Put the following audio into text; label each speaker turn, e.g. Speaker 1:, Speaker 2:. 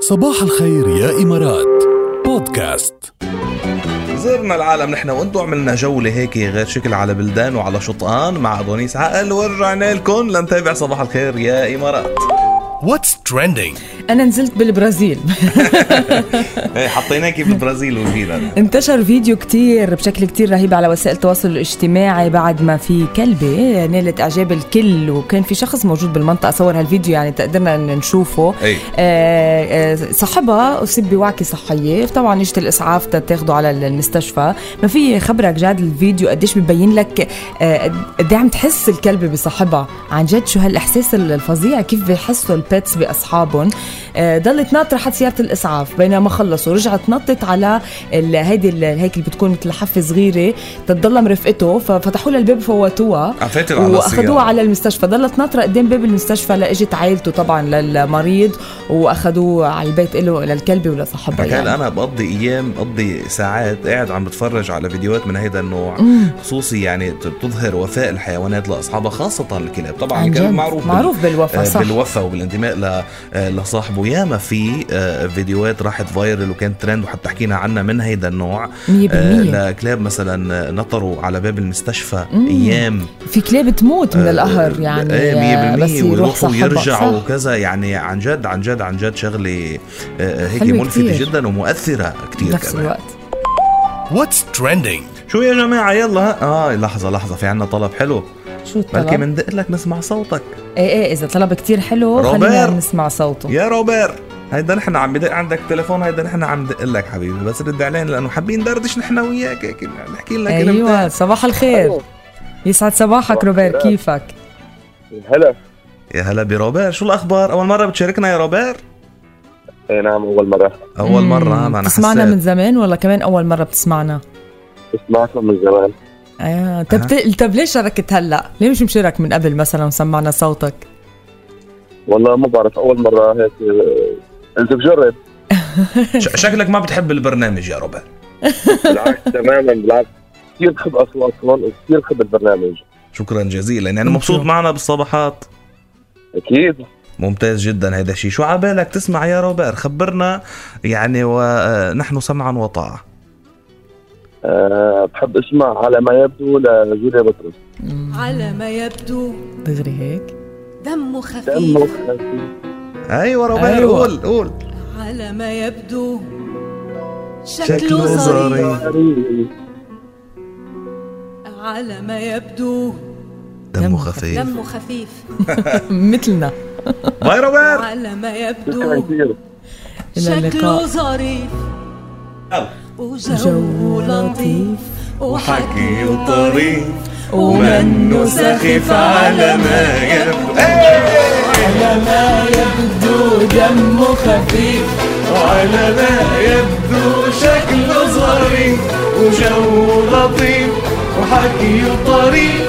Speaker 1: صباح الخير يا إمارات بودكاست
Speaker 2: زرنا العالم نحن وانتو عملنا جولة هيك غير شكل على بلدان وعلى شطآن مع أدونيس عقل ورجعنا لكم لنتابع صباح الخير يا إمارات
Speaker 1: What's trending
Speaker 3: انا نزلت بالبرازيل
Speaker 2: إيه، حطيناكي بالبرازيل وجينا
Speaker 3: انتشر فيديو كتير بشكل كتير رهيب على وسائل التواصل الاجتماعي بعد ما في كلبة نالت اعجاب الكل وكان في شخص موجود بالمنطقة صور هالفيديو يعني تقدرنا إن نشوفه
Speaker 2: أي.
Speaker 3: آه، آه، صاحبها اصيب بوعكة صحية طبعا اجت الاسعاف تاخده على المستشفى ما في خبرك جاد الفيديو قديش ببين لك آه، قد إيه عم تحس الكلبة بصاحبها عن جد شو هالاحساس الفظيع كيف بيحسوا البيتس باصحابهم آه، ضلت ناطره حتى سياره الاسعاف بينما خلصوا رجعت نطت على ال- هيدي ال- هيك اللي بتكون مثل حفه صغيره تتضلها مرفقته ففتحوا لها الباب فوتوها
Speaker 2: عفتت على
Speaker 3: واخذوها
Speaker 2: السيارة.
Speaker 3: على المستشفى ضلت ناطره قدام باب المستشفى لاجت عائلته طبعا للمريض واخذوه على البيت له للكلبه ولصاحبها
Speaker 2: ركال
Speaker 3: يعني.
Speaker 2: أنا بقضي أيام بقضي ساعات قاعد عم بتفرج على فيديوهات من هيدا النوع خصوصي يعني بتظهر وفاء الحيوانات لأصحابها خاصة الكلاب طبعا
Speaker 3: عن
Speaker 2: الكلب
Speaker 3: جد.
Speaker 2: معروف بال-
Speaker 3: معروف بالوفاء
Speaker 2: آه،
Speaker 3: صح
Speaker 2: بالوفاء وبالانتماء ل- آه، لصاحبه ياما في آه، فيديوهات راحت فايرل وكانت ترند وحتى حكينا عنها من هيدا النوع
Speaker 3: 100%
Speaker 2: آه، لكلاب مثلا آه، نطروا على باب المستشفى
Speaker 3: مم.
Speaker 2: ايام
Speaker 3: في كلاب تموت من
Speaker 2: آه،
Speaker 3: القهر يعني
Speaker 2: ايه 100%
Speaker 3: بس يروح
Speaker 2: ويروحوا
Speaker 3: صاحبها
Speaker 2: ويرجعوا
Speaker 3: صح.
Speaker 2: وكذا يعني عن جد عن جد عن جد شغله آه، هيك
Speaker 3: حلوة
Speaker 2: ملفته
Speaker 3: كتير.
Speaker 2: جدا ومؤثره كثير
Speaker 3: بنفس
Speaker 2: كمان
Speaker 3: الوقت
Speaker 1: What's trending
Speaker 2: شو يا جماعه يلا اه لحظه لحظه في عنا طلب حلو
Speaker 3: شو
Speaker 2: بلكي
Speaker 3: الطلب؟
Speaker 2: بندق لك نسمع صوتك
Speaker 3: ايه ايه اذا طلب كتير حلو خلينا
Speaker 2: روبير.
Speaker 3: نسمع صوته
Speaker 2: يا روبير هيدا نحن عم بدق عندك تليفون هيدا نحن عم دق لك حبيبي بس رد علينا لانه حابين دردش نحن وياك هيك نحكي لك
Speaker 3: ايوه
Speaker 2: كلمتين.
Speaker 3: صباح الخير
Speaker 4: ألو.
Speaker 3: يسعد صباحك
Speaker 4: صباح
Speaker 3: روبير
Speaker 4: الخير.
Speaker 3: كيفك
Speaker 4: هلا
Speaker 2: يا هلا بروبير شو الاخبار اول مره بتشاركنا يا روبير
Speaker 4: اي نعم اول مره
Speaker 2: اول مره
Speaker 3: مم،
Speaker 2: ما انا
Speaker 3: بتسمعنا
Speaker 2: حسيت.
Speaker 3: من زمان ولا كمان اول مره بتسمعنا
Speaker 4: سمعتكم من زمان
Speaker 3: آه. طب ت- طب ليش شاركت هلا ليه مش مشارك من قبل مثلا وسمعنا صوتك
Speaker 4: والله ما بعرف اول مره هيك آه، قلت بجرب
Speaker 2: ش- شكلك ما بتحب البرنامج يا روبير
Speaker 4: بالعكس تماما بالعكس كثير بحب اصواتكم وكثير بحب البرنامج
Speaker 2: شكرا جزيلا يعني
Speaker 3: Thank
Speaker 2: مبسوط
Speaker 3: you.
Speaker 2: معنا بالصباحات
Speaker 4: اكيد
Speaker 2: ممتاز جدا هذا الشيء شو عبالك تسمع يا روبير خبرنا يعني ونحن سمعا وطاعة
Speaker 4: أه بحب اسمع على ما يبدو لجوليا بطرس
Speaker 5: على ما يبدو
Speaker 3: دغري هيك
Speaker 5: دمه خفيف
Speaker 4: دمه خفيف
Speaker 2: ايوه روبير
Speaker 3: أيوة.
Speaker 2: قول قول
Speaker 5: على ما يبدو
Speaker 2: شكله
Speaker 5: شكله ظريف
Speaker 2: ظريف.
Speaker 4: ظريف
Speaker 5: على ما يبدو
Speaker 2: دمه خفيف
Speaker 5: دمه خفيف
Speaker 3: مثلنا
Speaker 2: باي روبير
Speaker 5: على ما
Speaker 4: شكرا
Speaker 5: يبدو
Speaker 4: كثير
Speaker 3: إلى اللقاء.
Speaker 5: شكله ظريف
Speaker 2: يلا.
Speaker 3: جو
Speaker 5: وجوه لطيف
Speaker 2: وحكي
Speaker 5: وحكي
Speaker 2: وطريف
Speaker 5: ومنه سخيف على ما
Speaker 3: دمه خفيف
Speaker 2: على ما يبدو شكله ظريف وجو لطيف وحكي طريف